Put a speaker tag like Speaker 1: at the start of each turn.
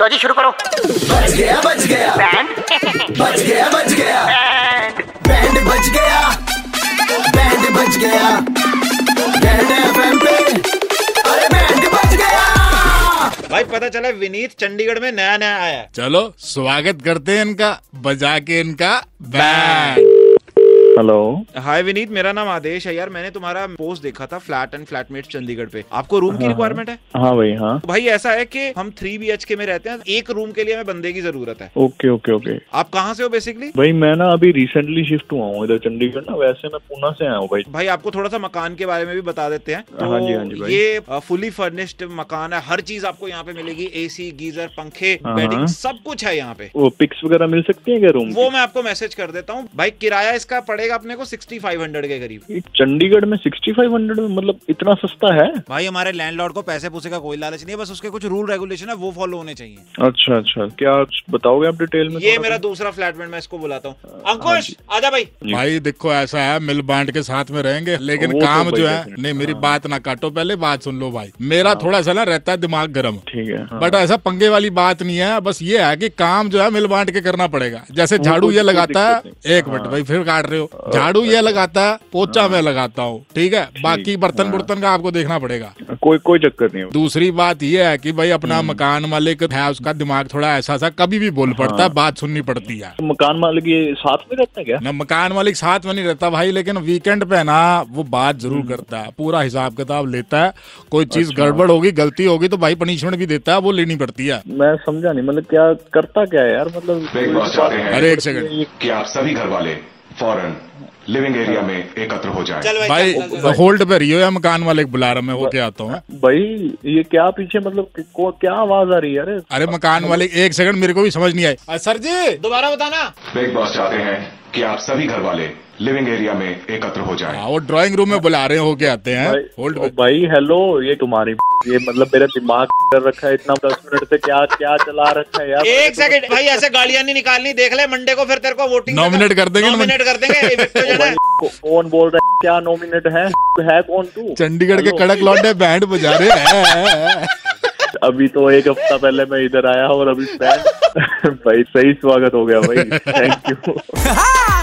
Speaker 1: लो जी शुरू करो
Speaker 2: बच गया बच गया
Speaker 1: बैंड
Speaker 2: बच गया बच गया
Speaker 1: बैंड
Speaker 2: बैंड बच गया बैंड बच गया बैंड एफएम पे अरे बैंड बच गया
Speaker 3: भाई पता चला विनीत चंडीगढ़ में नया नया आया है
Speaker 4: चलो स्वागत करते हैं इनका बजा के इनका बैंड
Speaker 5: हेलो
Speaker 3: हाय विनीत मेरा नाम आदेश है यार मैंने तुम्हारा पोस्ट देखा था फ्लैट एंड फ्लैटमेट चंडीगढ़ पे आपको रूम की रिक्वायरमेंट है तो
Speaker 5: हाँ भाई हाँ
Speaker 3: भाई ऐसा है कि हम थ्री बी के में रहते हैं एक रूम के लिए हमें बंदे की जरूरत है
Speaker 5: ओके ओके ओके
Speaker 3: आप कहाँ से हो बेसिकली
Speaker 5: भाई मैं ना अभी रिसेंटली शिफ्ट हुआ हूँ इधर चंडीगढ़ ना वैसे मैं पूना से आया हूँ भाई
Speaker 3: भाई आपको थोड़ा सा मकान के बारे में भी बता देते हैं तो
Speaker 5: हाँ जी, हाँ जी भाई।
Speaker 3: ये फुली फर्निश्ड मकान है हर चीज आपको यहाँ पे मिलेगी एसी गीजर पंखे
Speaker 5: हाँ।
Speaker 3: बेडिंग सब कुछ है यहाँ पे
Speaker 5: वो पिक्स वगैरह मिल सकती है क्या रूम
Speaker 3: वो मैं आपको मैसेज कर देता हूँ भाई किराया इसका पड़ेगा अपने को सिक्सटी फाइव हंड्रेड के करीब
Speaker 5: की? चंडीगढ़ में सिक्सटी फाइव हंड्रेड में मतलब इतना सस्ता है
Speaker 3: भाई हमारे लैंडलॉर्ड को पैसे पूसे का कोई लालच नहीं है बस उसके कुछ रूल रेगुलेशन है वो फॉलो होने चाहिए
Speaker 5: अच्छा अच्छा क्या आप बताओगे आप डिटेल में
Speaker 3: ये
Speaker 5: थोड़ा
Speaker 3: मेरा
Speaker 5: सा? हाँ
Speaker 3: दूसरा फ्लैटमेट मैं इसको बुलाता हूँ अंकुश आजा भाई
Speaker 5: जी।
Speaker 4: भाई देखो ऐसा है मिल बांट के साथ में रहेंगे लेकिन
Speaker 5: वो तो
Speaker 4: काम
Speaker 5: भाई हाँ।
Speaker 4: जो है
Speaker 5: definitely,
Speaker 4: नहीं मेरी बात ना काटो पहले बात सुन लो भाई मेरा थोड़ा सा ना रहता है दिमाग गर्म
Speaker 5: ठीक है हाँ।
Speaker 4: बट ऐसा पंगे वाली बात नहीं है बस ये है कि काम जो है मिल बांट के करना पड़ेगा जैसे
Speaker 5: वो तो
Speaker 4: झाड़ू
Speaker 5: कोई-
Speaker 4: ये
Speaker 5: कोई
Speaker 4: लगाता है
Speaker 5: दिक्कत नहीं। हाँ। अच्छा।
Speaker 4: एक मिनट भाई फिर काट रहे हो झाड़ू ये लगाता है पोचा मैं लगाता हूँ ठीक है बाकी
Speaker 5: हाँ।
Speaker 4: बर्तन बुर्तन का आपको देखना पड़ेगा
Speaker 5: कोई कोई चक्कर नहीं है।
Speaker 4: दूसरी बात यह है कि भाई अपना
Speaker 5: हम्म।
Speaker 4: मकान मालिक है उसका दिमाग थोड़ा ऐसा सा कभी भी
Speaker 5: हाँ।
Speaker 4: बोल पड़ता है बात सुननी पड़ती है
Speaker 5: तो मकान मालिक ये साथ में रहते हैं क्या
Speaker 4: ना मकान मालिक साथ में नहीं रहता भाई लेकिन वीकेंड पे ना वो बात
Speaker 5: हम्म।
Speaker 4: जरूर करता है पूरा हिसाब किताब लेता है कोई चीज
Speaker 5: अच्छा।
Speaker 4: गड़बड़ होगी गलती होगी तो भाई पनिशमेंट भी देता है वो लेनी पड़ती है
Speaker 5: मैं समझा नहीं मतलब क्या करता क्या है यार मतलब
Speaker 6: ब्रेक बाद चाहते हैं
Speaker 4: अरे एक सेकंड
Speaker 6: कि आप सभी घर वाले फौरन लिविंग एरिया में एकत्र हो जाएं।
Speaker 3: चल भाई चल, चल, चल।
Speaker 4: भाई होल्ड पे रही हो या मकान मालिक बुला रहा मैं होके आता हूँ
Speaker 5: भाई ये क्या पीछे मतलब कि- को- क्या आवाज आ रही है अरे
Speaker 4: अरे मकान मालिक एक सेकंड मेरे को भी समझ नहीं आई
Speaker 5: अच्छा।
Speaker 4: अ, सर जी
Speaker 3: दोबारा बताना
Speaker 6: ब्रेक बाद चाहते हैं कि आप सभी घर वाले लिविंग एरिया में एकत्र हो जाएं।
Speaker 4: हाँ, वो ड्राइंग रूम में बुला रहे हैं होके आते हैं
Speaker 5: भाई-
Speaker 4: होल्ड
Speaker 5: ओ
Speaker 4: पे
Speaker 5: भाई हेलो ये तुम्हारी ये मतलब मेरा दिमाग कर रखा है इतना दस मिनट से क्या क्या चला रखा है यार
Speaker 3: एक सेकंड भाई ऐसे गालियां नहीं निकालनी देख ले मंडे को फिर तेरे को वोटिंग
Speaker 4: Nominate कर देंगे ना
Speaker 3: नॉमिनेट कर देंगे evict हो जाना है।
Speaker 5: को- कौन बोल रहा है क्या नॉमिनेट है है कौन तू
Speaker 4: चंडीगढ़ के
Speaker 5: हेलो।
Speaker 4: कड़क लौंडे बैंड बजा रहे हैं
Speaker 5: अभी तो एक हफ्ता पहले मैं इधर आया और अभी friend- भाई सही स्वागत हो गया भाई थैंक यू